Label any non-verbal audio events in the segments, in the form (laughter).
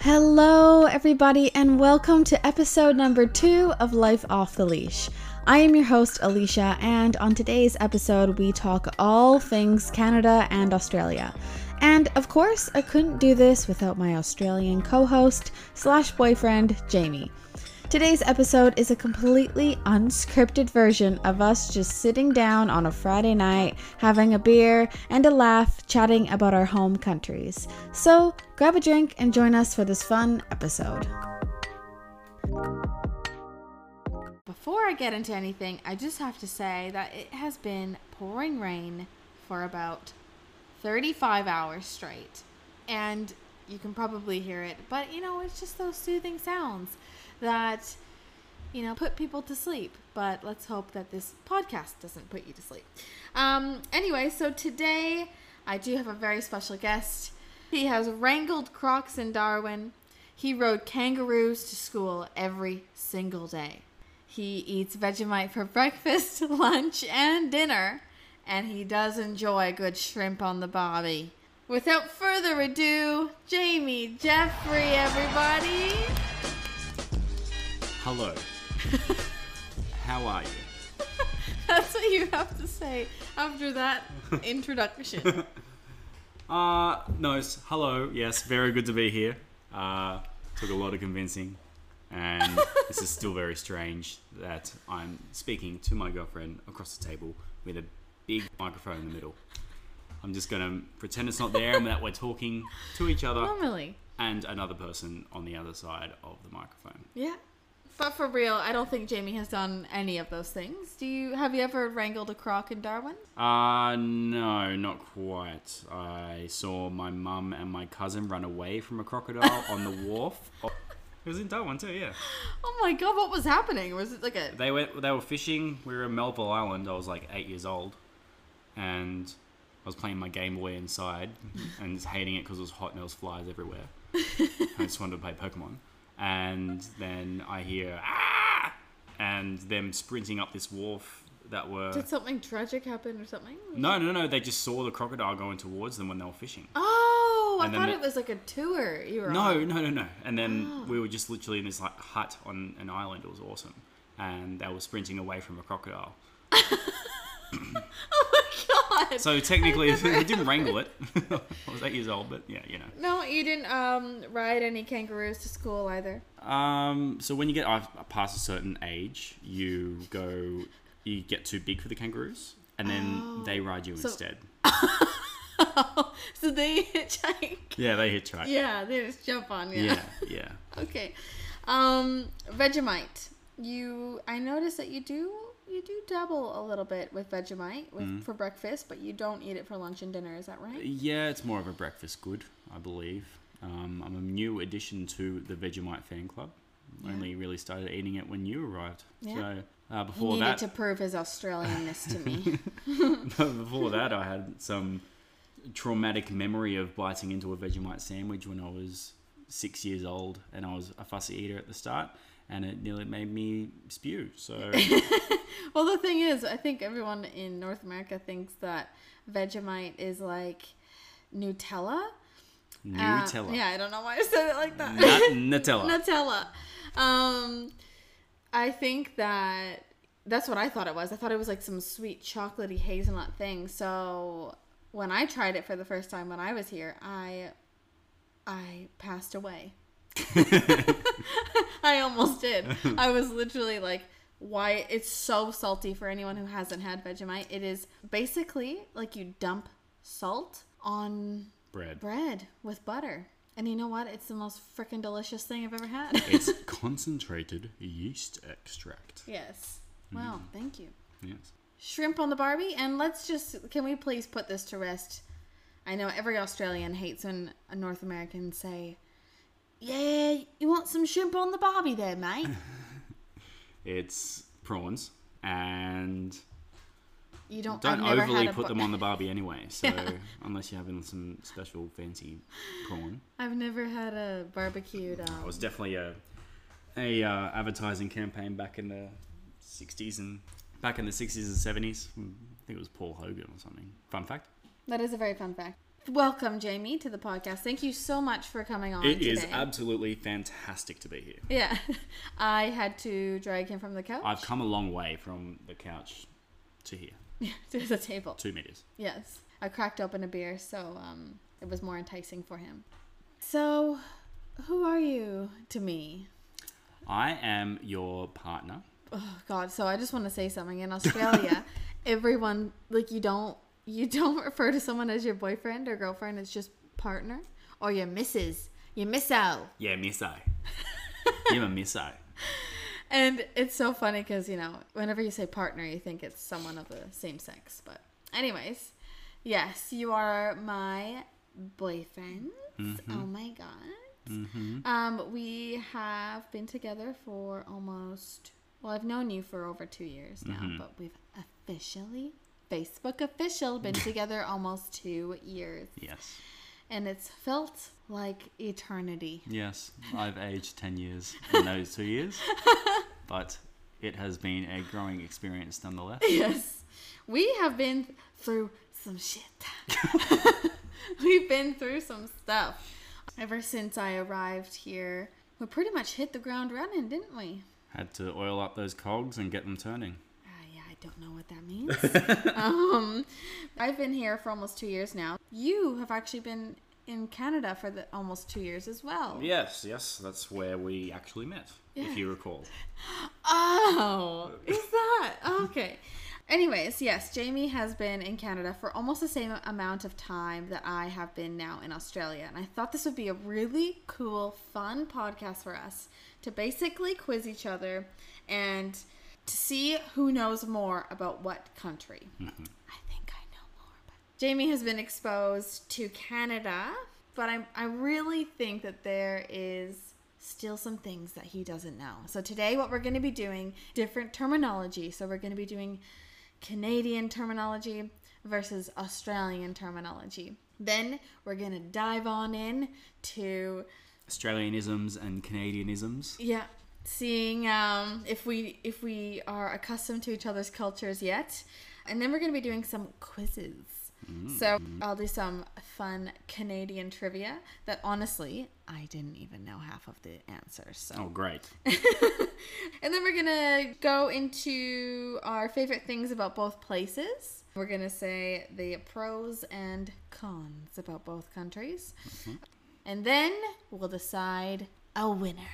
Hello, everybody, and welcome to episode number two of Life Off the Leash. I am your host, Alicia, and on today's episode, we talk all things Canada and Australia. And of course, I couldn't do this without my Australian co host slash boyfriend, Jamie. Today's episode is a completely unscripted version of us just sitting down on a Friday night, having a beer and a laugh, chatting about our home countries. So grab a drink and join us for this fun episode. Before I get into anything, I just have to say that it has been pouring rain for about 35 hours straight. And you can probably hear it, but you know, it's just those soothing sounds that you know put people to sleep but let's hope that this podcast doesn't put you to sleep um, anyway so today i do have a very special guest he has wrangled crocs in darwin he rode kangaroos to school every single day he eats vegemite for (laughs) breakfast lunch and dinner and he does enjoy a good shrimp on the bobby without further ado jamie jeffrey everybody (laughs) Hello. How are you? That's what you have to say after that introduction. Uh, no, s- hello. Yes, very good to be here. Uh, took a lot of convincing, and this is still very strange that I'm speaking to my girlfriend across the table with a big microphone in the middle. I'm just gonna pretend it's not there and that we're talking to each other Normally. and another person on the other side of the microphone. Yeah. But for real, I don't think Jamie has done any of those things. Do you have you ever wrangled a croc in Darwin? Uh, no, not quite. I saw my mum and my cousin run away from a crocodile on the (laughs) wharf. Oh, it was in Darwin too, yeah. Oh my god, what was happening? Was it like a They went. They were fishing. We were in Melville Island. I was like eight years old, and I was playing my Game Boy inside (laughs) and just hating it because it was hot and there was flies (laughs) everywhere. I just wanted to play Pokemon, and then I hear ah, and them sprinting up this wharf that were. did something tragic happen or something? No, no, no. They just saw the crocodile going towards them when they were fishing. Oh, I And then thought the- it was like a tour you were No, on. no, no, no. And then we were just literally in this like hut on an island. It was awesome, and they were sprinting away from a crocodile. Oh my god. So technically, (laughs) I didn't wrangle it. (laughs) I was eight years old, but yeah, you know. no, you didn't um, ride any kangaroos to school either. Um, so when you get uh, past a certain age, you go, you get too big for the kangaroos, and then they ride you instead. so they hitchhike. Yeah, they hitchhike. Yeah, Yeah, they just jump on you. yeah. (laughs) Okay. Um Vegemite. You I noticed that you do you do dabble a little bit with Vegemite with for breakfast, but you don't eat it for lunch and dinner, is that right? Yeah, it's more of a breakfast good, I believe. Um, I'm a new addition to the Vegemite fan club. Only really started eating it when you arrived. Yeah. So uh, He before needed that, (laughs) to prove his Australianness to me. Before that, I (laughs) had some traumatic memory of biting into a Vegemite sandwich when I was six years old, and I was a fussy eater at the start, and it nearly made me spew. (laughs) So Uh, well the thing is, I think everyone in North America thinks that Vegemite is like Nutella. Uh, Nutella, yeah, I don't know why I said it like that. (laughs) Nut- Nutella. Nutella. Um, I think that that's what I thought it was. I thought it was like some sweet chocolatey hazelnut thing. So when I tried it for the first time when I was here, I I passed away. I almost did. I was literally like, why? It's so salty for anyone who hasn't had Vegemite. It is basically like you dump salt on bread. bread with butter. And you know what? It's the most freaking delicious thing I've ever had. It's concentrated yeast extract. (laughs) yes. Wow, Mm-hmm. thank you. Yes. Shrimp on the Barbie, and let's just can we please put this to rest? I know every Australian hates when a North American say, "Yeah, you want some shrimp on the Barbie there, (laughs) mate?" It's prawns, and You don't. don't I've never overly had a put bar- them on the barbie anyway. So unless you're having some special fancy prawn. (laughs) I've never had a barbecued. Um, It was definitely a a uh, advertising campaign back in the '60s and Hmm, back in the '60s and '70s. I think it was Paul Hogan or something. Fun fact. That is a very fun fact. Welcome, Jamie, to the podcast. Thank you so much for coming on. It today. is absolutely fantastic to be here. Yeah. (laughs) I had to drag him from the couch I've come a long way from the couch to here, (laughs) to the table. two meters. Yes. I cracked open a beer, so um, it was more enticing for him. So, who are you to me? I am your partner. Oh, God. So, I just want to say something. In Australia, everyone, like, you don't. You don't (laughs) refer to someone as your boyfriend or girlfriend, it's just partner or your missus, your misso. Yeah, (laughs) misso. You're a misso. And it's so funny because, you know, whenever you say partner, you think it's someone of the same sex. But, anyways, yes, you are my boyfriend. Oh my God. Um, we have been together for almost, well, I've known you for over two years now, but we've officially, Facebook official, been together almost two years. Yes. And it's felt like eternity. Yes, I've aged 10 years in those two years, but it has been a growing experience nonetheless. Yes. We have been through some shit. We've been through some stuff. Ever since I arrived here, we pretty much hit the ground running, didn't we? Had to oil up those cogs and get them turning. I, Uh, I don't know what that means. um, I've been here for almost two years now. You have actually been in Canada for the almost two years as well. Yes, yes, that's where we actually met, if you recall. Oh, is that okay? Anyways, yes, Jamie has been in Canada for almost the same amount of time that I have been now in Australia. And I thought this would be a really cool, fun podcast for us to basically quiz each other and to see who knows more about what country. I think I know more, but Jamie has been exposed to Canada, but I I really think that there is still some things that he doesn't know. So today what we're going to be doing different terminology. So we're going to be doing Canadian terminology versus Australian terminology. Then we're going to dive on in to Australianisms and Canadianisms. yeah, seeing um, if we if we are accustomed to each other's cultures yet, and then we're gonna be doing some quizzes. So I'll do some fun Canadian trivia that honestly I didn't even know half of the answers. So Oh, great. and then we're gonna go into our favorite things about both places. We're gonna say the pros and cons about both countries. And then we'll decide a winner.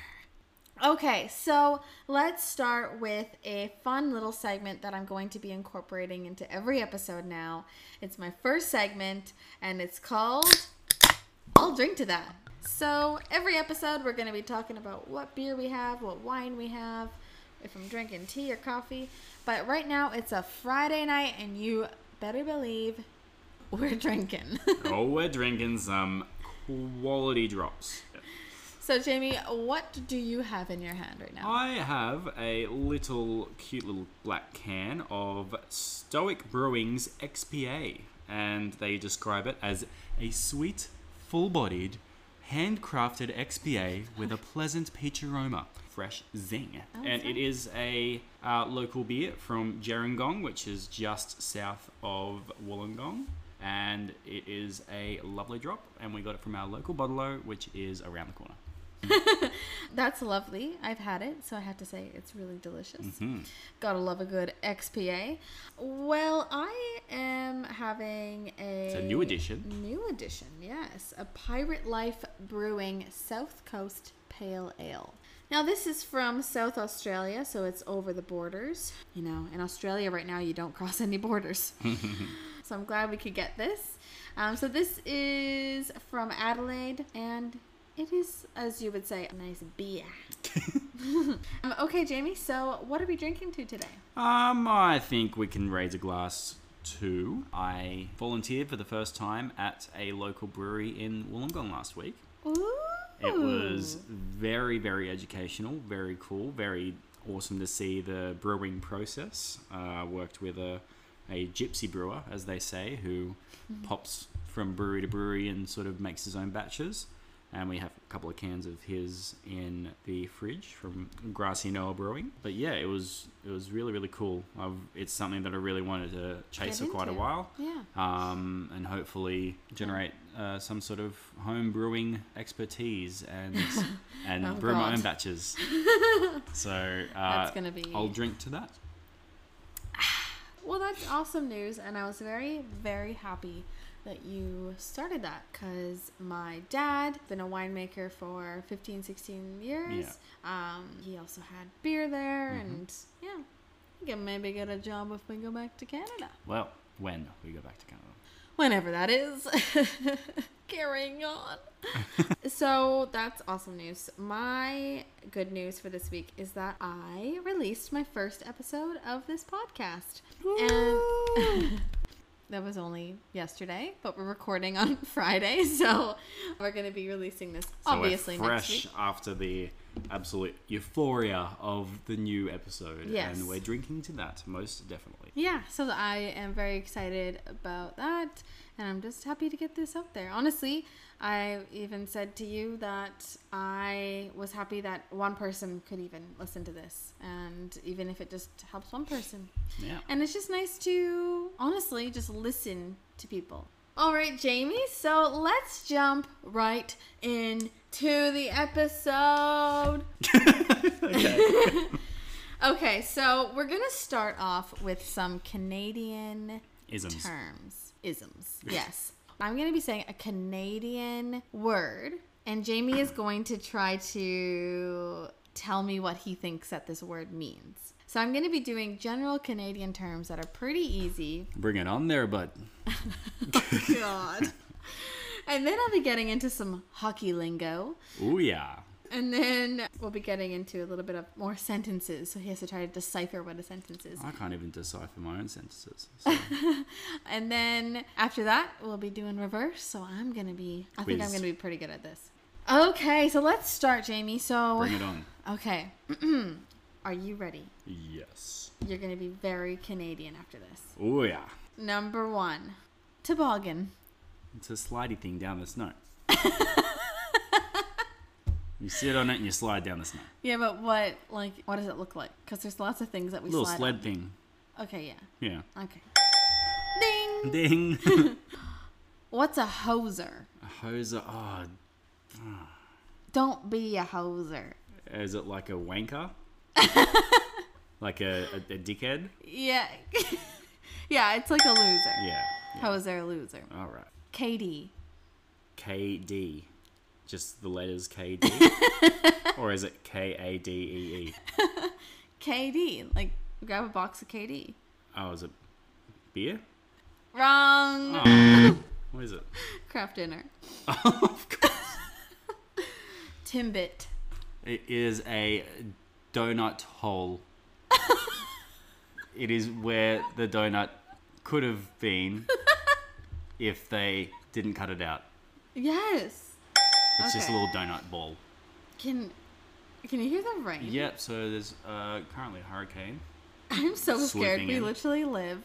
Okay, so let's start with a fun little segment that I'm going to be incorporating into every episode now. It's my first segment, and it's called I'll drink to that. So every episode, we're going to be talking about what beer we have, what wine we have, if I'm drinking tea or coffee. But right now, it's a Friday night, and you better believe we're drinking. (laughs) oh, we're drinking some quality drops. so Jamie, what do you have in your hand right now? I have a little cute little black can of Stoic Brewing's XPA, and they describe it as a sweet, full bodied, handcrafted XPA with a pleasant peach aroma. Fresh zing. and it is a uh, local beer from Gerringong, which is just south of Wollongong. And it is a lovely drop, and we got it from our local bottler, which is around the corner. That's lovely. I've had it, so I have to say it's really delicious. Mm-hmm. Hmm. Gotta love a good XPA. Well, I am having a It's a new edition. New edition, yes. A Pirate Life Brewing South Coast Pale Ale. Now, this is from South Australia, so it's over the borders. You know, in Australia right now, you don't (laughs) cross (laughs) any borders. so I'm glad we could get this. Um, so, this is from Adelaide, and it is, as you would say, a nice beer. Um, okay, Jamie, so what are we drinking to today? Um, I think we can raise a glass to. I volunteered for the first time at a local brewery in Wollongong last week. Ooh. It Hmm. was very, very educational, very cool, very awesome to see the brewing process. Uh, worked with a, a gypsy brewer, Hmm. as they say, who pops from brewery to brewery and sort of makes his own batches. And we have a couple of cans of his in the fridge from Grassy Noah Brewing. But yeah, it was it was really really cool. I've, it's something that I really wanted to chase Get for quite a into. while, Yeah. um, and hopefully generate Mm. uh, some sort of home brewing expertise and and (laughs) Oh, brew my God. own (laughs) batches. so uh, That's gonna be I'll drink to that. Well, that's awesome news, and I was very, very happy that you started that because my dad been a winemaker for 15 16 years um, he also had beer there Mm-hmm. and yeah he can maybe get a job if we go back to canada Well, when we go back to Canada. whenever that is. (laughs) Carrying on. (laughs) so that's awesome news. My good news for this week is that I released my first episode of this podcast. And (laughs) that was only yesterday, but we're recording on (laughs) Friday, so we're going to be releasing this So we're obviously next fresh week. after the absolute euphoria of the new episode, Yes. and we're drinking to that most definitely. Yeah, so I am very excited about that, and I'm just happy to get this out there. Honestly, I even said to you that I was happy that one person could even listen to this, and even if it just helps one person. Yeah. And it's just nice to, honestly, just listen to people. All right, Jamie, so let's jump right into the episode. (laughs) Okay, so we're going to start off with some Canadian Isms. terms. Isms. Yes. I'm going to be saying a Canadian word, and Jamie is going to try to tell me what he thinks that this word means. So I'm going to be doing general Canadian terms that are pretty easy. Bring it on there, bud. God. and then I'll be getting into some hockey lingo. Ooh yeah. And then we'll be getting into a little bit of more sentences. So he has to try to decipher what a sentence is. I can't even decipher my own sentences. So (laughs) And then after that, we'll be doing reverse. So I'm going to be, I think I'm Quiz. going to be pretty good at this. Okay, so let's start, Jamie. So, bring it on. okay. (clears throat) Are you ready? Yes. You're going to be very Canadian after this. Ooh yeah. Number one, toboggan. It's a slidey thing down the (laughs) snow. you sit on it and you slide down the snow. Yeah, but what, like, what does it look like? Because there's lots of things that we Little slide sled thing. on. Okay, yeah. Yeah. Okay. (laughs) Ding! (laughs) Ding. What's a hoser? a hoser. Oh, Don't be a hoser. is it like a (laughs) wanker? like a, a, a dickhead? Yeah. (laughs) yeah, it's like a loser. Yeah. yeah. Hoser, loser. All right. Katie. KD. Just the letters (laughs) KD. or is it K A D E E? KD. Like, grab a box of KD. Oh, is it beer? Wrong. Oh. What is it? Craft dinner. Oh, (laughs) of course. (laughs) Timbit. It is a donut hole. it is where the donut could have been if they didn't cut it out. Yes. It's just a Okay. little donut ball. Can Can you hear the rain? Yep, so there's uh, currently a hurricane. I'm so scared. Swooping We in. literally live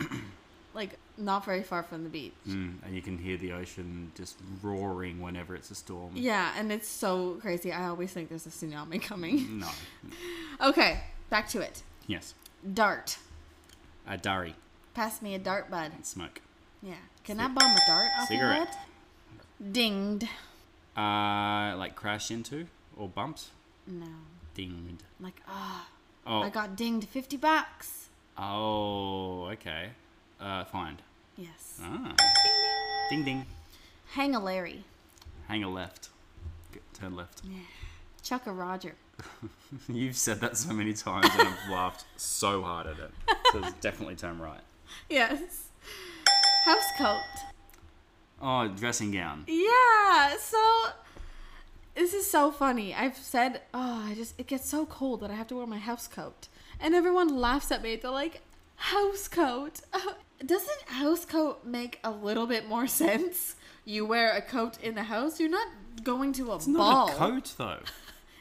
like not very far from the beach. Mm, and you can hear the ocean just roaring whenever it's a storm. Yeah, and it's so crazy. I always think there's a tsunami coming. No. Okay, back to it. Yes. Dart. A durry. Pass me a dart, bud. Smoke. Yeah. Can I bomb a dart off your Cigarette. bud? Dinged. Uh, like crash into or bumped. No. Dinged. Like, ah, Oh. I got dinged 50 bucks. oh, okay. Uh, find. Yes. Ah. Ding ding. Hang a Larry. Hang a left. G- Turn left. Chuck a Roger. (laughs) You've said that so many times and I've laughed so hard (laughs) at it. So it's definitely turn right. Yes. House coat. Oh, dressing gown. Yeah. So this is so funny. I've said, oh, I just it gets so cold that I have to wear my house coat, and everyone laughs at me. They're like, house coat. (laughs) Doesn't house coat make a little bit more (laughs) sense? You wear a coat in the house. You're not going to a ball. Not a coat though.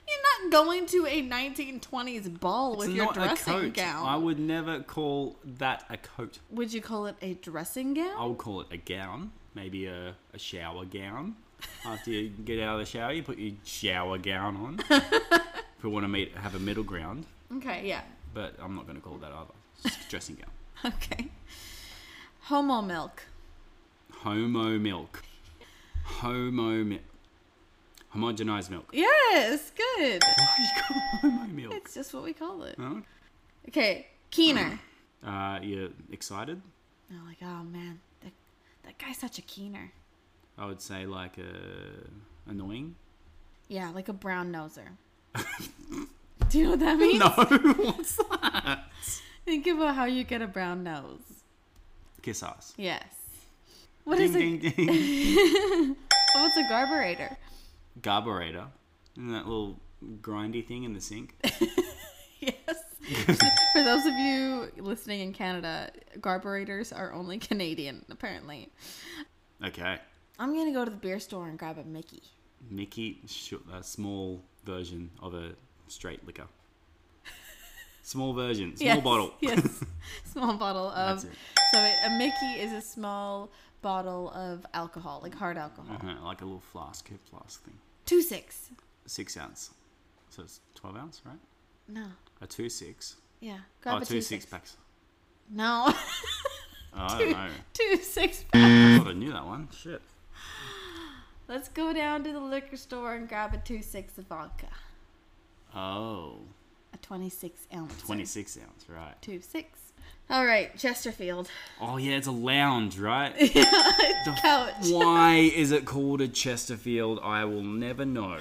You're not going to a 1920s ball with it's your not dressing a coat. gown. I would never call that a coat. Would you call it a dressing gown? I would call it a gown. Maybe a, a shower gown. After you get out of the shower, you put your shower gown (laughs) on. if we want to meet, have a middle ground, Okay, (laughs) yeah. but I'm not going to call it that either. It's just dressing gown. Okay. Homo milk. Homo milk. Homo milk. Homogenized (laughs) milk. Yes, good. Why do you call it homo milk? It's just what we call it. Huh? Okay, (clears throat) keener. Uh, you're excited? They're like, oh man, that, that guy's such a keener. I would say like uh, annoying. Yeah, like a brown noser. (laughs) Do you know what that means? No, (laughs) what's that? Think about how you get a brown nose. Kiss ass. Yes. What ding is ding it? (laughs) ding. Oh, it's (laughs) a garburator. Garburator. And that little grindy thing in the (laughs) sink. (laughs) Yes. For those of you listening in Canada, carburetors are only Canadian, apparently. Okay. I'm gonna go to the beer store and grab a Mickey. Mickey, sh- a small version of a straight liquor. Small version, small (laughs) Yes, bottle. yes. (laughs) Small bottle of. That's it. So a a Mickey is a small bottle of alcohol, like hard alcohol. Uh-huh, like a little flask, a flask thing. Two six. Six ounce. So it's 12 ounce, right? No. A two six. Yeah. Grab oh, a two six packs. No. (laughs) Oh, I two, don't (laughs) know. two six. I thought I knew that one. Shit. Let's go down to the liquor store and grab a two six of vodka. Oh, A twenty six ounce. 26 ounce, right. Two six. All right, Chesterfield. Oh, yeah, it's a lounge, (laughs) right? The Couch. Why is it called a Chesterfield? I will never know.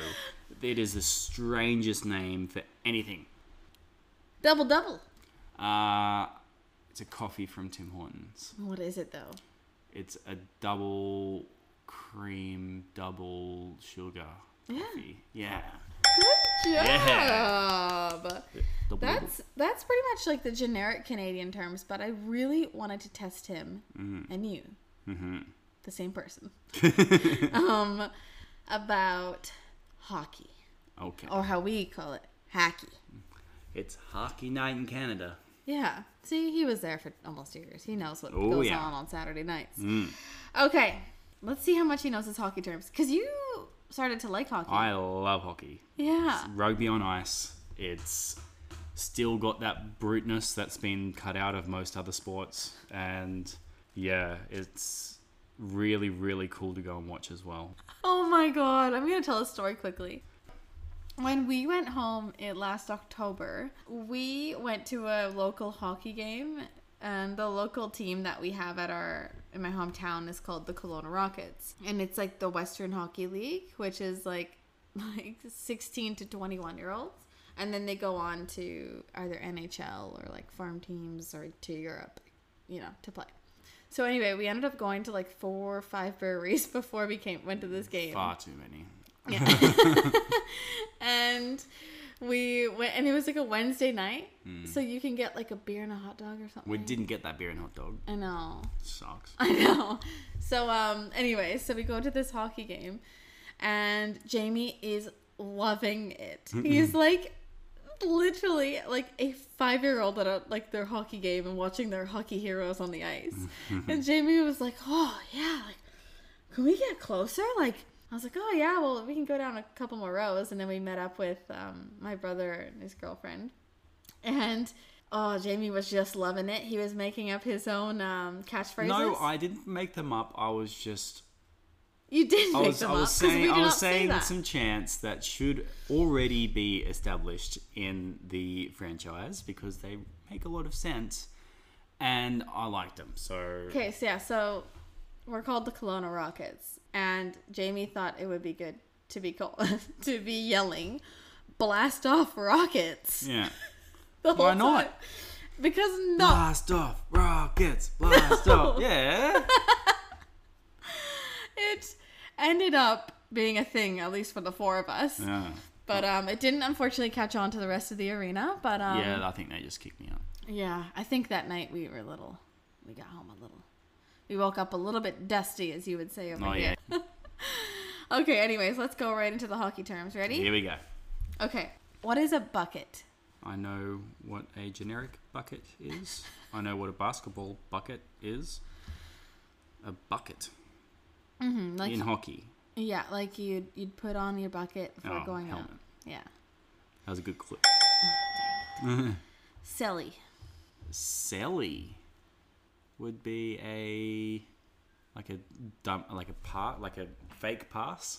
It is the strangest name for anything. Double double. Uh, it's a coffee from Tim Hortons. What is it though? It's a double cream, double sugar coffee. Yeah. Good job. Double, double. That's that's pretty much like the generic Canadian terms, but I really wanted to test him and you, mm-hmm. the (laughs) same person, um, about hockey Okay. or how we call it hacky. It's hockey night in Canada. Yeah. See, he was there for almost years. He knows what Oh, goes yeah. Mm. on on Saturday nights. Okay, let's see how much he knows his hockey terms because you started to like hockey. I love hockey. yeah. Rugby on ice. It's still got that bruteness that's been cut out of most other sports. And yeah, it's really, really cool to go and watch as well. Oh my god, I'm gonna tell a story quickly. When we went home it last October, we went to a local hockey game, and the local team that we have at our in my hometown is called the Kelowna Rockets, and it's like the Western Hockey League, which is like (laughs) like 16 to 21 year olds, and then they go on to either NHL or like farm teams or to Europe, you know, to play. So anyway, we ended up going to like four or five breweries (laughs) before we came went to this game. Far too many. and we went and it was like a wednesday night so you can get like a beer and a hot dog or something We didn't get that beer and hot dog. i know (laughs) Sucks. i know so um anyway so we go to this hockey game and jamie is loving it he's like literally like a five year old at a, like their hockey game and watching their hockey heroes on (laughs) the ice and jamie was like oh yeah like can we get closer? Like, I was like, oh yeah, well, we can go down a couple more rows. And then we met up with um, my brother and his girlfriend. And oh, Jamie was just loving it. He was making up his own um, catchphrases. No, I didn't make them up. I was just you did I make was, them I was up 'cause we saying, do I not was say saying that. some chants that should already be established in the franchise because they make a lot of sense, and I liked them. So Okay, so yeah, so we're called the Kelowna Rockets, and Jamie thought it would be good to be called (laughs) to be yelling, "Blast off rockets!" yeah, (laughs) The whole Why not? time. Because not blast off rockets, blast off, (laughs) yeah. it ended up being a thing at least for the four of us yeah. but um it didn't unfortunately catch on to the rest of the arena but um yeah. Yeah, I think they just kicked me out. i think that night we were little we got home a little we woke up a little bit dusty as you would say over Oh yeah, here okay anyways let's go right into the hockey terms ready here we go. okay what is a bucket I know what a generic bucket is. I know what a basketball bucket is. A bucket Hmm, like Mm, in hockey. Yeah, like you'd you'd put on your bucket before Oh, going out. helmet. Yeah. That was a good clip. Silly. Selly would be a like a dump like a part like a fake (laughs) pass.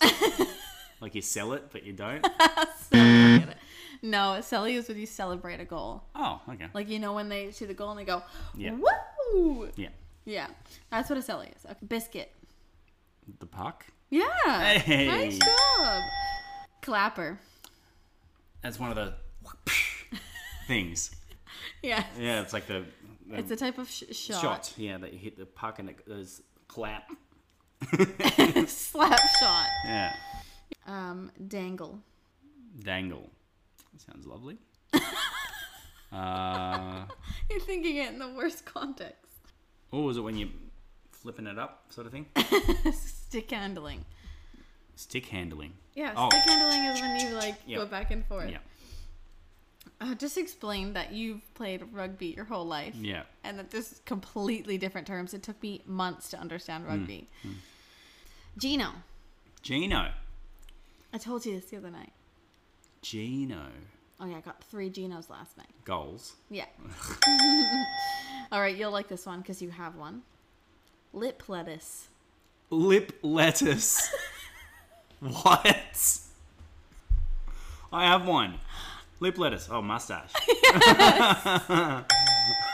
like you sell it but you don't. No, silly is when you celebrate a goal. Oh, okay. Like you know when they shoot the goal and they go, Yeah. "Woo!" yeah. Yeah, that's what a silly is. Okay. Biscuit. The puck. Yeah. Hey. Nice job. Clapper. That's one of the (laughs) things. Yeah. Yeah, it's like the, the It's a type of sh- shot. shot. Yeah, that you hit the puck and it goes clap. (laughs) Slap shot. Yeah. Um, dangle. Dangle. Sounds lovely. (laughs) uh, You're thinking it in the worst context. or was oh, it when you're flipping it up, sort of thing? Stick handling. Stick handling. Yeah, Oh. stick handling is when you like Yeah. go back and forth. Yeah. Uh, just explain that you've played rugby your whole life. Yeah. And that this is completely different terms. It took me months to Mm, understand rugby. Gino. Gino. I told you this the other night. Gino. Oh yeah, I got three Ginos last night. Goals. (laughs) Yeah. All right, you'll like this one because you have one. Lip lettuce. Lip lettuce. (laughs) what? I have one. Lip lettuce. Oh, mustache.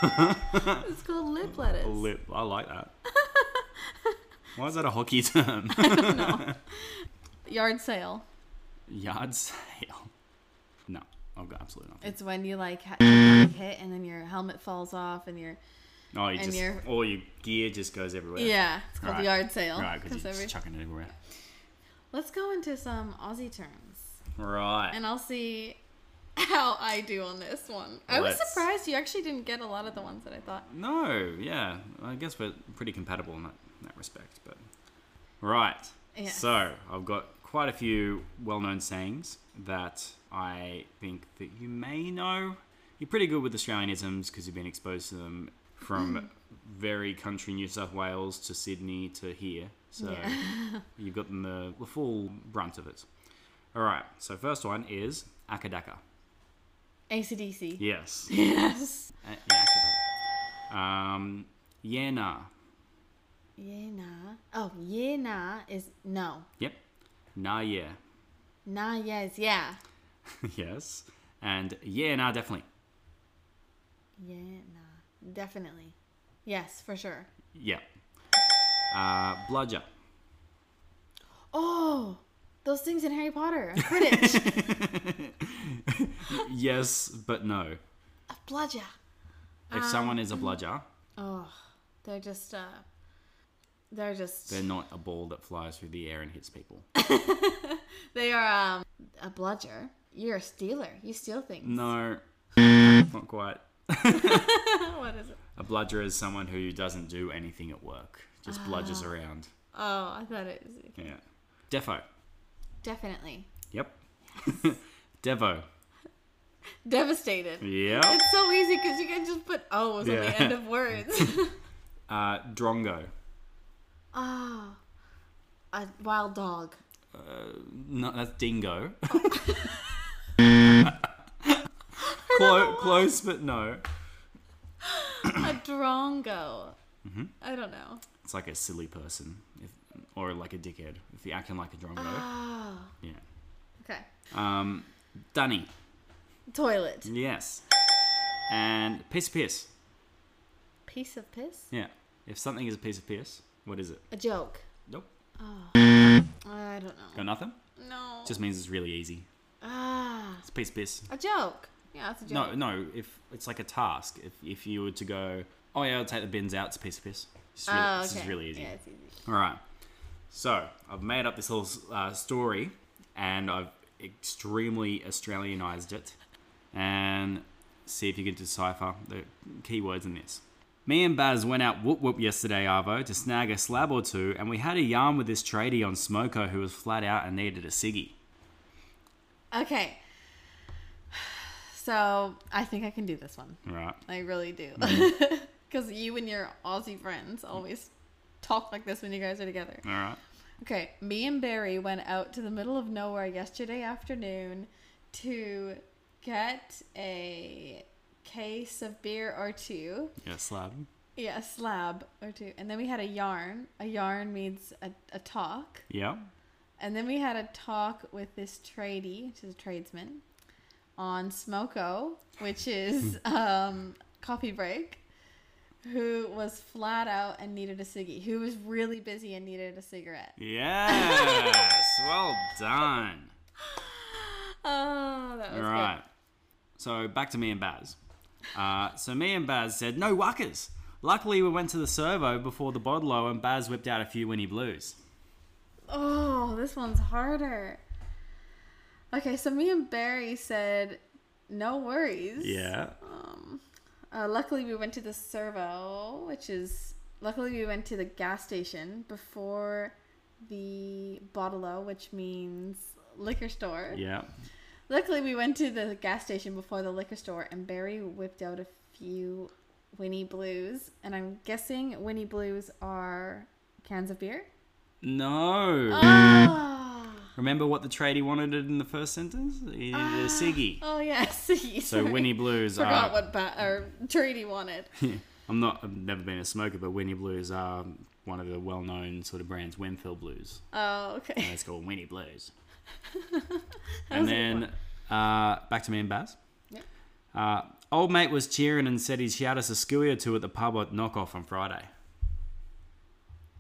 It's called lip lettuce. Lip. I like (laughs) that. Why is that a hockey term? Yard sale. Yard sale. No, I've got absolutely nothing. It's when you like ha- you hit and then your helmet falls off and your Oh, you and just your- all your gear just goes everywhere. yeah, it's called Right. yard sale. Right, because 'cause you're every- just chucking it everywhere. Let's go into some Aussie terms Right. and I'll see how I do on this one. I was Let's- surprised you actually didn't get a lot of the ones that I thought. No, yeah. I guess we're pretty compatible in that, in that respect, but right. Yes. So I've got quite a few well-known sayings that I think that you may know. You're pretty good with Australianisms because you've been exposed to them from very country New South Wales to Sydney to here. So you've gotten the, the full brunt of it. All right. So first one is Akadaka. ACDC. Yes. Yes. Uh, yeah, Akadaka. Um, Yena. Yeah, nah. Oh, yeah, nah is no. Yep. Nah, yeah. (laughs) Nah, yes, yeah. yes. And yeah, nah, definitely. Yeah, nah. Definitely. Yes, for sure. Yeah. Uh, bludger. Oh, those things in Harry Potter. (laughs) A Quidditch. Yes, but no. a bludger. If someone is a bludger, Oh, they're just, uh, they're just, they're not a ball that flies through the air and hits people. they are, um, a bludger. You're a stealer. You steal things. No, not quite. (laughs) what is it? A bludger is someone who doesn't do anything at work, just bludgers around. Oh, I thought it was. Yeah. Defo. Definitely. Yep. (laughs) Devo. Devastated. (laughs) Yep. It's so easy because you can just put O's on Yeah. the end of (laughs) words. Uh, drongo. oh, a wild dog. Uh, No, that's (laughs) dingo. (laughs) Clo- close, but no. A drongo. Mm-hmm. I don't know. It's like a silly person, if, or like a dickhead. If you're acting like a drongo, Oh, yeah. okay. Um, Dunny, Toilet. yes, and piece of piss. Piece of piss. Yeah. If something is a piece of piss, what is it? A joke. Nope. I don't know. Got nothing. No. Just means it's really easy. ah, It's a piece of piss. a joke. Yeah, it's a No, joke. no. If it's like a task, if if you were to go, oh yeah, I'll take the bins out. It's a piece of piss. It's really, Oh, This is okay. really easy. Yeah, it's easy. All right. So I've made up this little uh, story, and I've extremely Australianized it, and see if you can decipher the keywords in this. Me and Baz went out whoop whoop yesterday, Arvo, to snag a slab or two, and we had a yarn with this tradie on Smoko who was flat out and needed a ciggy. Okay. (sighs) So I think I can do this one. All right. I really do. (laughs) Because you and your Aussie friends always talk like this when you guys are together. All right. Okay, me and Barry went out to the middle of nowhere yesterday afternoon to get a case of beer or two. Yeah, slab. Yeah, a slab or two. And then we had a yarn. A yarn means a, a talk. Yeah. And then we had a talk with this tradie, which is a tradesman, on Smoko, which is um, coffee break, who was flat out and needed a ciggy, who was really busy and needed a cigarette. Yes. well done. Oh, that All was right. So back to me and Baz. Uh, so me and Baz said no wuckers. Luckily, we went to the servo before the bottler, and Baz whipped out a few Winnie Blues. good. Oh, this one's harder. Okay, so me and Barry said, no worries. Um, uh, luckily, we went to the servo, which is luckily we went to the gas station before the bottle, which means liquor store. Yeah. Luckily, we went to the gas station before the liquor store, and Barry whipped out a few Winnie Blues, and I'm guessing Winnie Blues are cans of beer. No. Mm. Ah. Remember what the tradie wanted in the first sentence? He needed a ciggy. Oh yes. (laughs) So Winnie Blues Forgot are. what ba- or (laughs) Treaty wanted. I'm not. I've never been a smoker, but Winnie Blues are one of the well-known sort of brands. Wenfield Blues. Oh okay. And it's called Winnie (laughs) Blues. and then uh, back to me and Baz. Yep. Uh, old mate was cheering and said he'd shout us a skewy or two at the pub at knockoff on Friday.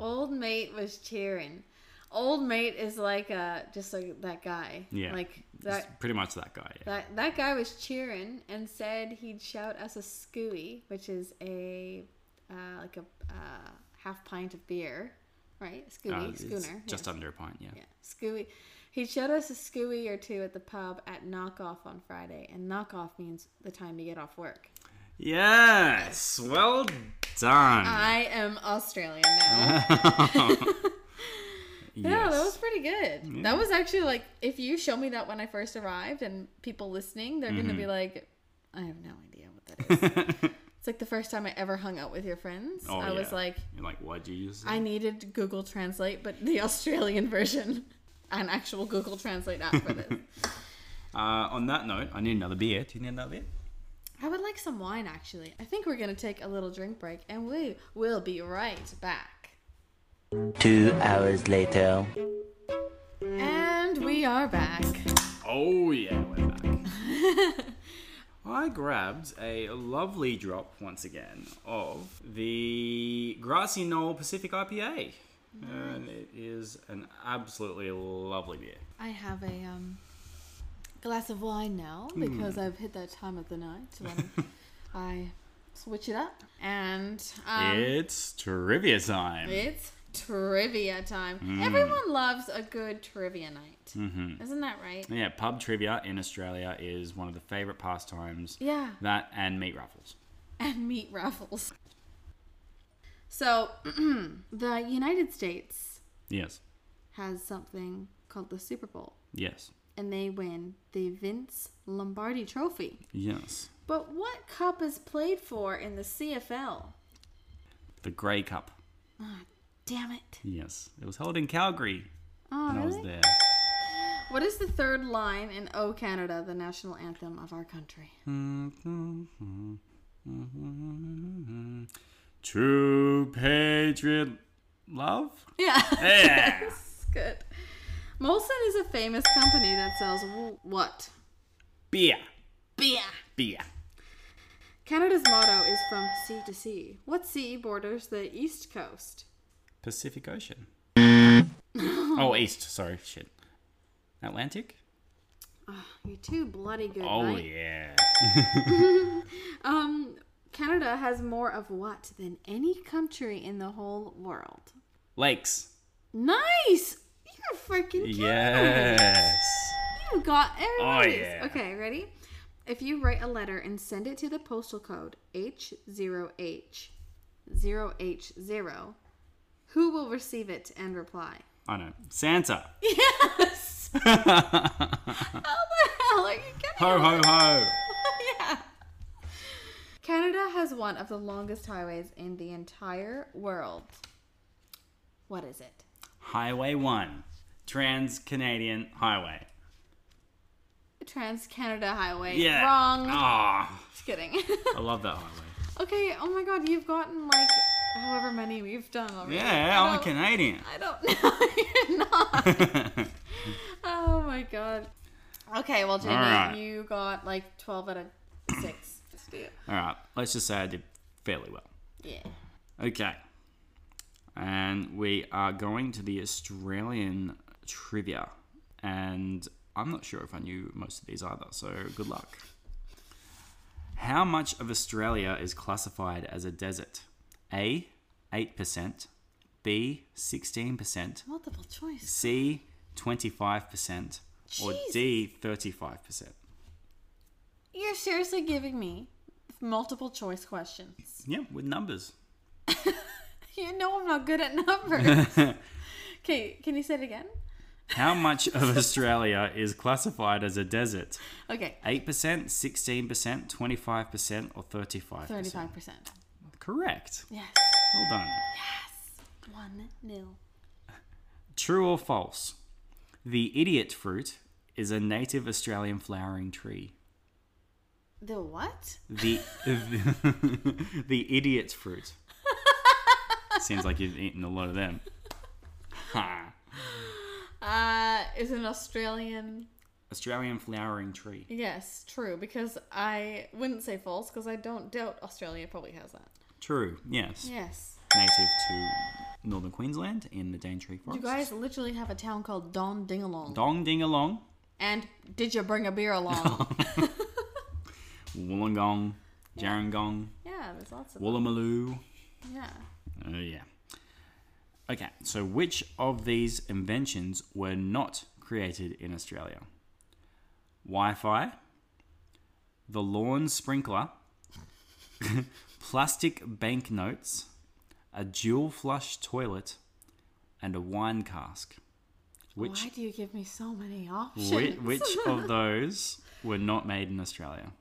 Old mate was cheering. Old mate is like uh just like that guy. Yeah. Like It's that pretty much that guy. Yeah. that that guy was cheering and said he'd shout us a scooey, which is a uh, like a uh, half pint of beer, right? Uh, Scooey, it's schooner. Just yeah. under a pint. Yeah. yeah. Scooey. He'd shout us a scooey or two at the pub at knockoff on Friday, and knockoff means the time to get off work. Yes. Well done. I am Australian now. Yeah, that was pretty good. That was actually like if you show me that when I first arrived and people listening, they're gonna be Mm-hmm. like, I have no idea what that is. (laughs) it's like the first time I ever hung out with your friends. Oh, I was yeah. like, You're like, why'd you use it? I needed Google Translate, but the (laughs) Australian version, an actual Google Translate app (laughs) for this. Uh, on that note, I need another beer. Do you need another beer? I would like some wine actually. I think we're gonna take a little drink break and we will be right back. Two hours later. And we are back. Oh yeah, we're (laughs) back. I grabbed a lovely drop once again of the Grassy Knoll Pacific IPA, and it is an absolutely lovely beer. I have a um, glass of wine now because I've hit that time of the night when I switch it up. And um, it's trivia time. it's trivia time. Everyone loves a good trivia night. Isn't that right? yeah, pub trivia in Australia is one of the favorite pastimes. Yeah. That and meat raffles. and meat raffles. So, (clears throat) the United States Yes. has something called the Super Bowl, Yes. and they win the Vince Lombardi Trophy. Yes. But what cup is played for in the CFL? The Grey Cup. Damn it. Yes. It was held in Calgary Oh, when I was really? there. What is the third line in O Canada, the national anthem of our country? Hmm. True patriot love? (laughs) Yeah. Yeah. That's (laughs) good. Molson is a famous company that sells w- what? Beer. Beer. Beer. Canada's motto is from sea to sea. What sea borders the east coast? Pacific Ocean. (laughs) oh, East. Sorry. Shit. Atlantic? You're too bloody good. Oh, mate. yeah. Um, Canada has more of what than any country in the whole world? Lakes. Nice. You're freaking killing it. Yes. You got everybody's. Oh, yeah. Okay, ready? If you write a letter and send it to the postal code H0H0H0, who will receive it and reply? (laughs) I know. Santa. Yes! How the hell are you getting Ho, ho, ho. (laughs) yeah. Canada has one of the longest highways in the entire world. What is it? Highway 1, Trans Canadian Highway. Trans Canada Highway. Yeah. Wrong. Ah, Just kidding. (laughs) I love that highway. okay. Oh my God, you've gotten like however many we've done already. Yeah, (laughs) I I'm a don't- Canadian. I don't (laughs) know. You're not. Oh my god. Okay, well, Jamie, right. you got like 12 out of 6. Just do it. All right, let's just say I did fairly well. Yeah. Okay. And we are going to the Australian trivia. And I'm not sure if I knew most of these either, so good luck. How much of Australia is classified as a desert? A, 8%, B, 16%, Multiple choice. C, 25%, or Jeez. D, 35%. You're seriously giving me multiple choice questions. Yeah, with numbers. You know I'm not good at numbers. (laughs) okay, can you say it again? How much of Australia is classified as a desert? Okay, Eight percent, sixteen percent, twenty-five percent, or thirty-five 35%. percent. Correct. Yes. Well done. 1 nil. True or false? The idiot fruit is a native Australian flowering tree. The what? The (laughs) the idiot fruit. Seems like you've eaten a lot of them. Ha. Uh, is an Australian. Australian flowering tree. Yes, true, because I wouldn't say false because I don't doubt Australia probably has that. True. Yes. Yes. Native to northern Queensland in the Daintree You forest. guys literally have a town called Don Dingalong. Dong ding along. And did you bring a (laughs) beer along? Wollongong. Jarangong. yeah, there's lots of Woolloomooloo. yeah. Oh, yeah. Okay, so which of these inventions were not created in Australia? Wi Fi, the lawn sprinkler, (laughs) plastic banknotes, a dual flush toilet, and a wine cask. Which, Why do you give me so many options? which, (laughs) which of those were not made in Australia?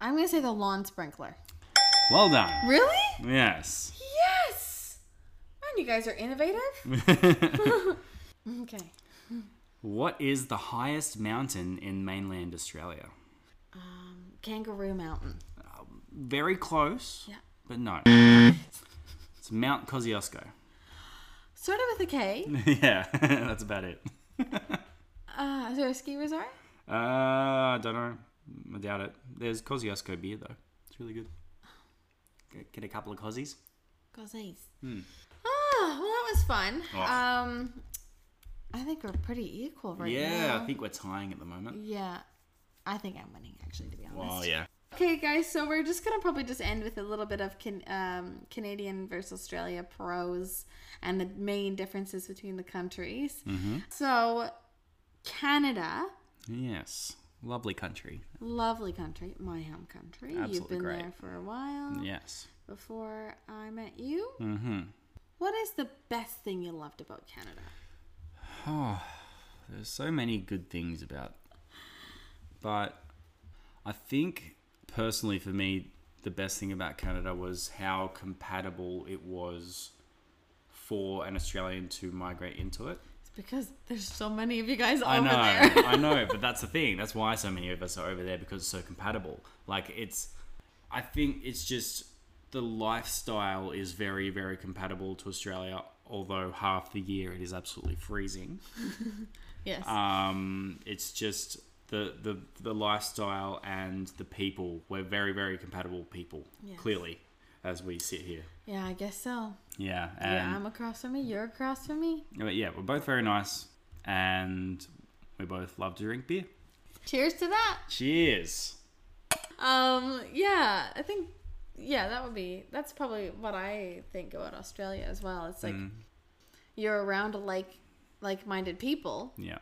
I'm gonna say the lawn sprinkler. Well done. Really? Yes. Yes. Man, you guys are innovative. (laughs) (laughs) okay. What is the highest mountain in mainland Australia? Um, Kangaroo Mountain. Very close. Yeah. But no. it's Mount Kosciuszko. Sort of with a K. (laughs) yeah, (laughs) that's about it. Uh, is there a ski resort? Uh, I don't know. I doubt it. There's Kosciuszko beer, though. It's really good. Get, get a couple of Cossies. Gozies. Hmm. Ah, well, that was fun. Oh. Um, I think we're pretty equal right now. yeah, I think we're tying at the moment. Yeah. I think I'm winning, actually, to be honest. Oh, yeah. Okay, guys, so we're just going to probably just end with a little bit of can, um, Canadian versus Australia pros and the main differences between the countries. Mm-hmm. So, Canada, Yes. Lovely country. lovely country, my home country. You've Absolutely been great. there for a while Yes. before I met you. Mm hmm. What is the best thing you loved about Canada? Oh, there's so many good things about, but I think personally for me, the best thing about Canada was how compatible it was for an Australian to migrate into it. It's because there's so many of you guys over I know, there. (laughs) I know, but that's the thing. That's why so many of us are over there because it's so compatible. Like it's, I think it's just the lifestyle is very, very compatible to Australia. Although half the year it is absolutely freezing. (laughs) yes. Um, it's just the, the the lifestyle and the people. We're very very compatible people, Yes. clearly, as we sit here. yeah, I guess so. Yeah, yeah, I'm and across from me. You're across from me. yeah, yeah, we're both very nice, and we both love to drink beer. Cheers to that. Cheers. Um, yeah, I think yeah, that would be that's probably what I think about Australia as well. It's like you're around like like minded people, Yeah,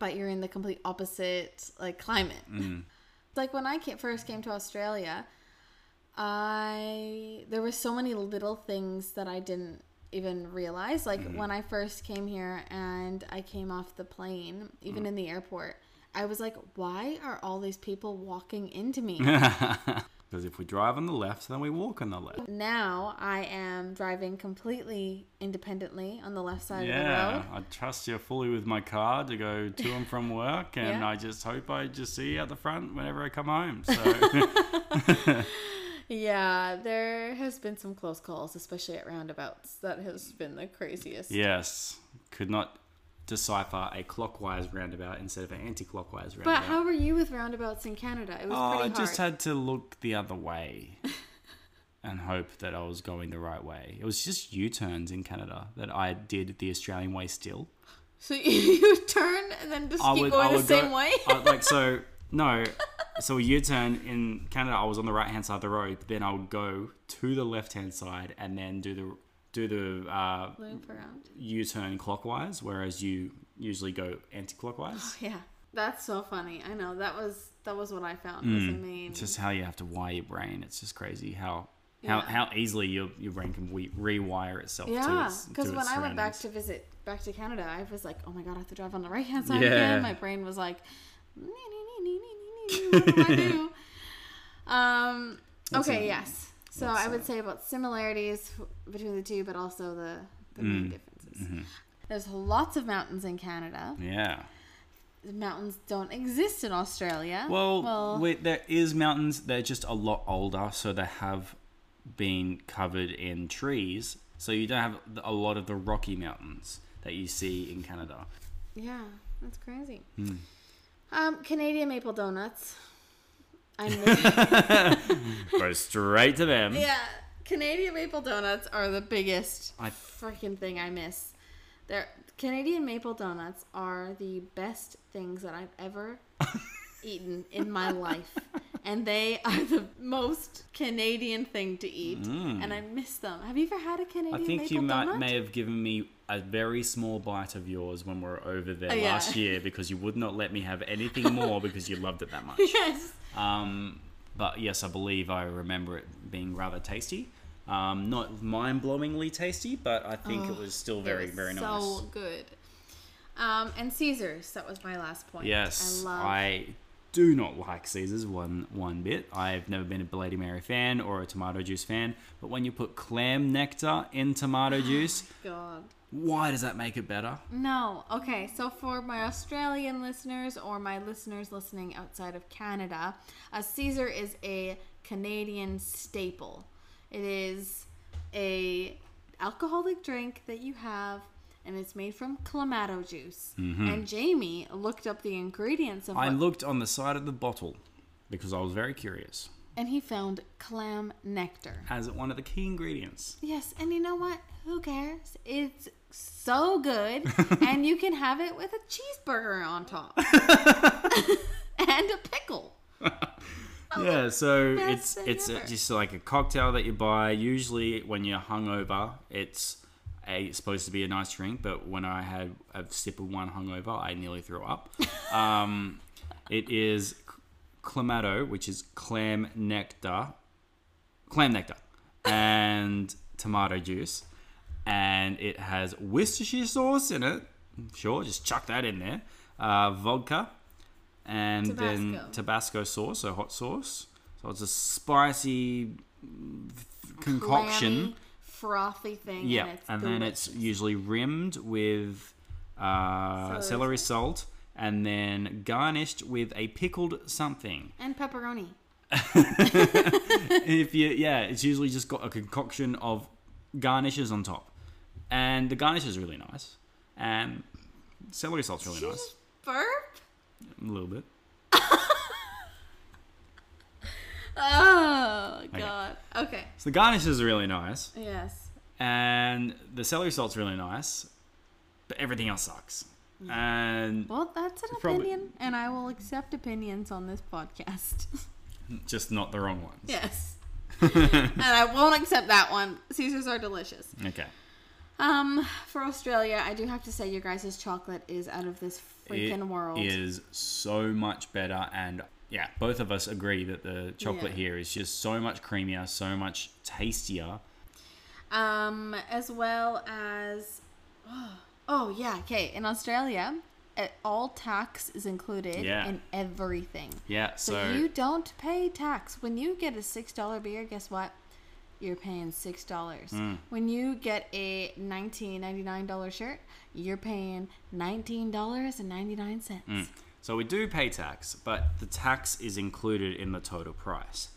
but you're in the complete opposite like climate. (laughs) like when I came, first came to Australia, I there were so many little things that I didn't even realize. Like when I first came here and I came off the plane, even in the airport, I was like, "Why are all these people walking into me?" Because if we drive on the left, then we walk on the left. Now I am driving completely independently on the left side of the Yeah, road. I trust you fully with my car to go to and (laughs) from work, and Yeah. I just hope I just see you at the front whenever I come home. (laughs) So, Yeah, there has been some close calls, especially at roundabouts. That has been the craziest. yes, could not decipher a clockwise roundabout instead of an anti-clockwise roundabout. But how were you with roundabouts in Canada? It was oh, pretty I hard. just had to look the other (laughs) way and hope that I was going the right way. It was just U-turns in Canada that I did the Australian way still. So (laughs) you turn and then just I keep would, I going the would go- same way? I, like (laughs) so, no. So a U-turn in Canada, I was on the right-hand side of the road. But then I would go to the left-hand side and then do the do the uh, Loop around. U-turn clockwise, whereas you usually go anti-clockwise. Yeah. That's so funny. I know. That was that was what I found was Hmm, the main It's just how you have to wire your brain. It's just crazy how. How, Yeah. how easily your, your brain can we, rewire itself to Yeah, its to because its when I went back surroundings. to visit back to Canada, I was like, oh my god, I have to drive on the right hand side Yeah. again. My brain was like, "Nee, nee, nee, nee, nee, nee, nee, what do I (laughs) do? Um, okay, a- yes. So that's I would a- say about similarities f- between the two, but also the, the main Mm, differences. mm-hmm. There's lots of mountains in Canada. Yeah. The mountains don't exist in Australia. Well, well we- there is mountains. They're just a lot older, so they have been covered in trees. So you don't have the- a lot of the Rocky Mountains that you see in Canada. yeah, that's crazy. hmm. Um, Canadian maple donuts. (laughs) I know. Go straight to them. Yeah, Canadian maple donuts are the biggest I- freaking thing I miss. They're, Canadian maple donuts are the best things that I've ever (laughs) eaten in my life. And they are the most Canadian thing to eat. And I miss them. Have you ever had a Canadian Mm. I think maple you might, donut? may have given me a very small bite of yours when we were over there Oh, yeah. last year because you would not let me have (laughs) anything more because you loved it that much. (laughs) yes. Um, but yes, I believe I remember it being rather tasty. Um, not mind-blowingly tasty, but I think it was still very, It was very nice. So good. Um, and Caesars, that was my last point. Yes, I I, love do not like Caesars one one bit. I've never been a Bloody Mary fan or a tomato juice fan. But when you put clam nectar in (gasps) tomato juice, God. why does that make it better? No. Okay. So for my Australian listeners or my listeners listening outside of Canada, a Caesar is a Canadian staple. It is a alcoholic drink that you have and it's made from clamato juice. And Jamie looked up the ingredients of I what- looked on the side of the bottle because I was very curious. and he found clam nectar. As one of the key ingredients. Yes, and you know what? Who cares? It's so good, (laughs) and you can have it with a cheeseburger on top and a pickle. Yeah, so best it's thing it's ever. just like a cocktail that you buy. Usually, when you're hungover, it's a, it's supposed to be a nice drink. But when I had a sip of one hungover, I nearly threw up. um, it is c- clamato, which is clam nectar, clam nectar, and tomato juice, and it has Worcestershire sauce in it. Sure, just chuck that in there. Uh, vodka, and then Tabasco. Tabasco sauce, so hot sauce. So it's a spicy concoction. Clammy, frothy thing. yeah, and, it's and then it's usually rimmed with uh, Celery celery salt, and then garnished with a pickled something. and pepperoni. if you yeah, it's usually just got a concoction of garnishes on top, and the garnish is really nice, and celery salt's really nice, Burp. a little bit. Oh God. Okay. So the garnish is really nice, Yes. and the celery salt's really nice, but everything else sucks. And Well, that's an Probably- opinion, and I will accept opinions on this podcast. (laughs) just not the wrong ones. (laughs) yes. and I won't accept that one. Caesars are delicious. Okay. Um, for Australia, I do have to say your guys' chocolate is out of this freaking It world. is so much better and yeah both of us agree that the chocolate Yeah. here is just so much creamier so much tastier (gasps) Um, as well as oh yeah, okay. In Australia, uh, all tax is included Yeah. in everything. Yeah, So, so you don't pay tax. When you get a $6 beer, guess what? You're paying $6. Hmm. When you get a $19.99 shirt, you're paying $19.99. Hmm. so we do pay tax, but the tax is included in the total price.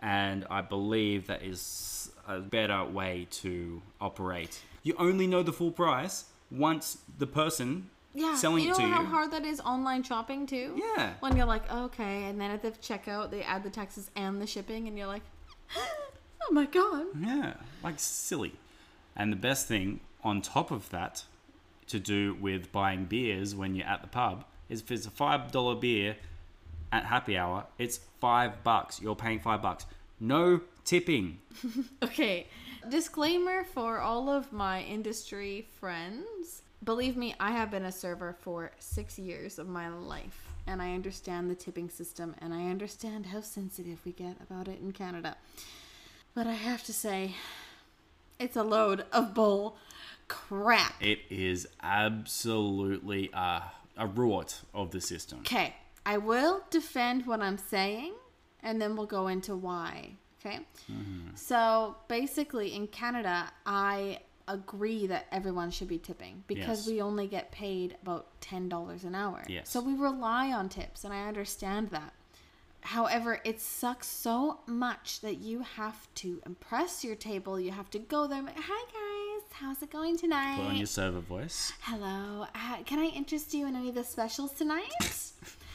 And I believe that is a better way to operate. You only know the full price once the person Yeah, selling you know it to how you. hard that is online shopping too. Yeah. when you're like, okay, and then at the checkout they add the taxes and the shipping, and you're like, (gasps) oh my god. Yeah, like silly. And the best thing on top of that to do with buying beers when you're at the pub is if it's a five dollar beer at happy hour, it's five bucks. You're paying five bucks. No tipping. Okay, disclaimer for all of my industry friends. Believe me, I have been a server for six years of my life, and I understand the tipping system, and I understand how sensitive we get about it in Canada. But I have to say, it's a load of bull crap. It is absolutely uh, a rort of the system. Okay, I will defend what I'm saying and then we'll go into why. Okay. Mm-hmm. So basically, in Canada, I agree that everyone should be tipping because Yes. we only get paid about $10 an hour. Yes. So we rely on tips and I understand that. However, it sucks so much that you have to impress your table. You have to go there and be like, hi guys, how's it going tonight? Put on your server voice. Hello, uh, can I interest you in any of the specials tonight?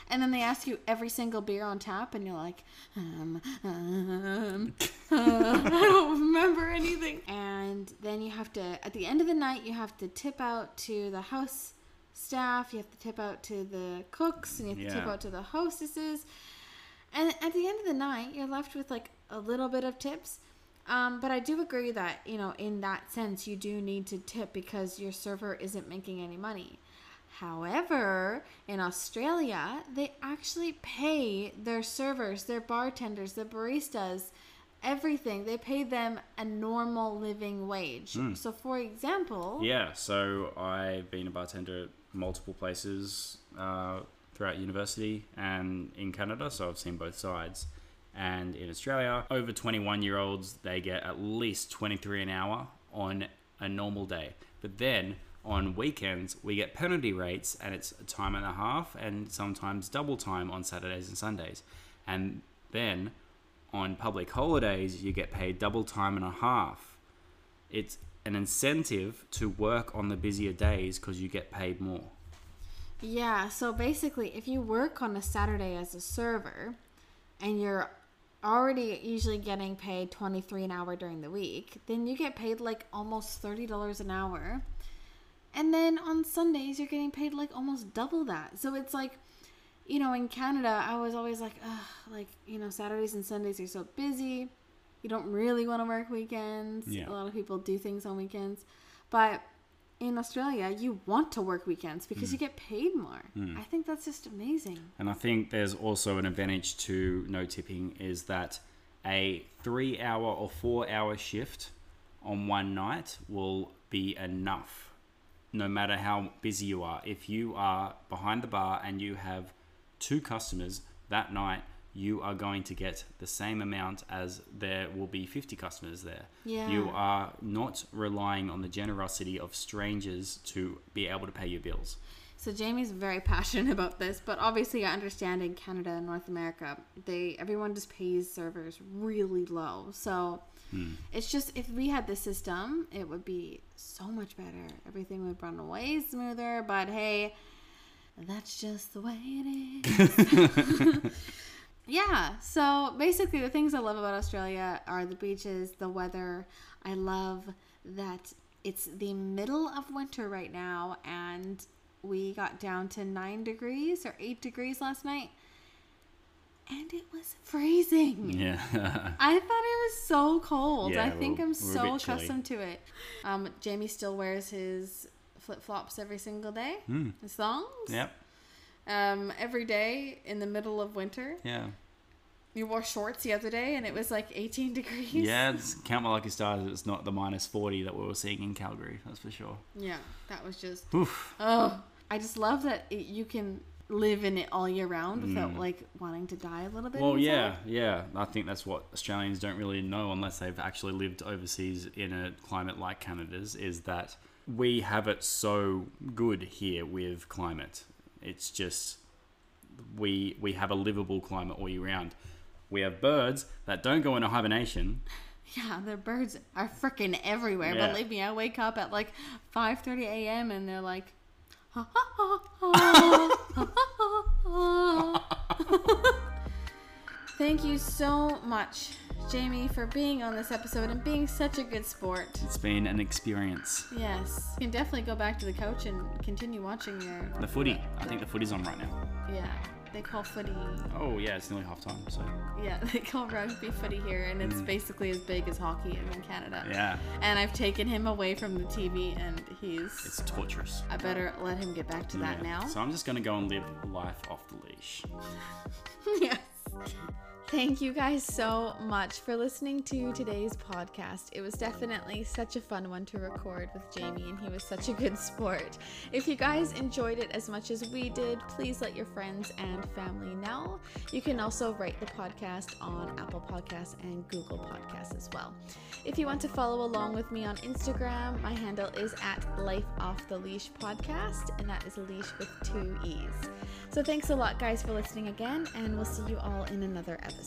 and then they ask you every single beer on tap, and you're like, um, um, (laughs) uh, I don't remember anything. And then you have to, at the end of the night, you have to tip out to the house staff, you have to tip out to the cooks, and you have to tip Yeah. out to the hostesses. And at the end of the night, you're left with like a little bit of tips. Um, but I do agree that, you know, in that sense, you do need to tip because your server isn't making any money. However, in Australia, they actually pay their servers, their bartenders, the baristas, everything. They pay them a normal living wage. So, for example, Yeah, so I've been a bartender at multiple places uh, throughout university and in Canada, so I've seen both sides. And in Australia, over 21 year olds, they get at least 23 an hour on a normal day. But then on weekends, we get penalty rates, and it's a time and a half and sometimes double time on Saturdays and Sundays. And then on public holidays, you get paid double time and a half it's an incentive to work on the busier days because you get paid more. Yeah, so basically, if you work on a Saturday as a server and you're already usually getting paid 23 an hour during the week, then you get paid like almost $30 an hour. And then on Sundays, you're getting paid like almost double that. So it's like, you know, in Canada, I was always like, ugh, like, you know, Saturdays and Sundays are so busy. You don't really want to work weekends. Yeah. A lot of people do things on weekends. But in Australia, you want to work weekends because you get paid more. I think that's just amazing. And I think there's also an advantage to no tipping is that a three hour or four hour shift on one night will be enough, no matter how busy you are. If you are behind the bar and you have two customers that night, you are going to get the same amount as there will be 50 customers there. Yeah. You are not relying on the generosity of strangers to be able to pay your bills. So Jamie's very (laughs) passionate about this, but obviously I understand in Canada and North America, they everyone just pays servers really low. So it's just if we had this system, it would be so much better. Everything would run way smoother, but hey, that's just the way it is. yeah, so basically the things I love about Australia are the beaches, the weather. I love that it's the middle of winter right now and we got down to 9 degrees or 8 degrees last night and it was (laughs) freezing. Yeah. I thought it was so cold. Yeah, I think we're- I'm we're a so bit chilly. accustomed to it. Um, Jamie still wears his flip flops every single day, Hmm. his thongs. yep. Um, every day in the middle of winter. Yeah. You wore shorts the other day and it was like 18 degrees. Yeah, it's count my lucky stars. It's not the minus forty that we were seeing in Calgary. That's for sure. Yeah, that was just. Oof. Oh. I just love that it, you can live in it all year round without like wanting to die a little bit. Mm. Well, inside. yeah, yeah. I think that's what Australians don't really know unless they've actually lived overseas in a climate like Canada's is that we have it so good here with climate. It's just we we have a livable climate all year round. We have birds that don't go into hibernation. Yeah, the birds are freaking everywhere. Yeah. Believe me, I wake up at like 5:30 a.m. and they're like, ha, ha, ha, ha, ha, ha, ha, ha. (laughs) Thank you so much, Jamie, for being on this episode and being such a good sport. It's been an experience. Yes, you can definitely go back to the couch and continue watching your. The footy. I think the footy's on right now. Yeah, they call footy. Oh yeah, it's nearly half time. So Yeah, (laughs) they call rugby footy here, and it's basically as big as hockey in Canada. Mm. yeah, And I've taken him away from the TV, and he's. it's torturous. I better let him get back to that Yeah. now. So I'm just gonna go and live life off the leash. (laughs) yes. Thank you guys so much for listening to today's podcast. It was definitely such a fun one to record with Jamie, and he was such a good sport. If you guys enjoyed it as much as we did, please let your friends and family know. You can also rate the podcast on Apple Podcasts and Google Podcasts as well. If you want to follow along with me on Instagram, my handle is at Life Off the Leash Podcast, and that is leash with two E's. So thanks a lot, guys, for listening again, and we'll see you all in another episode.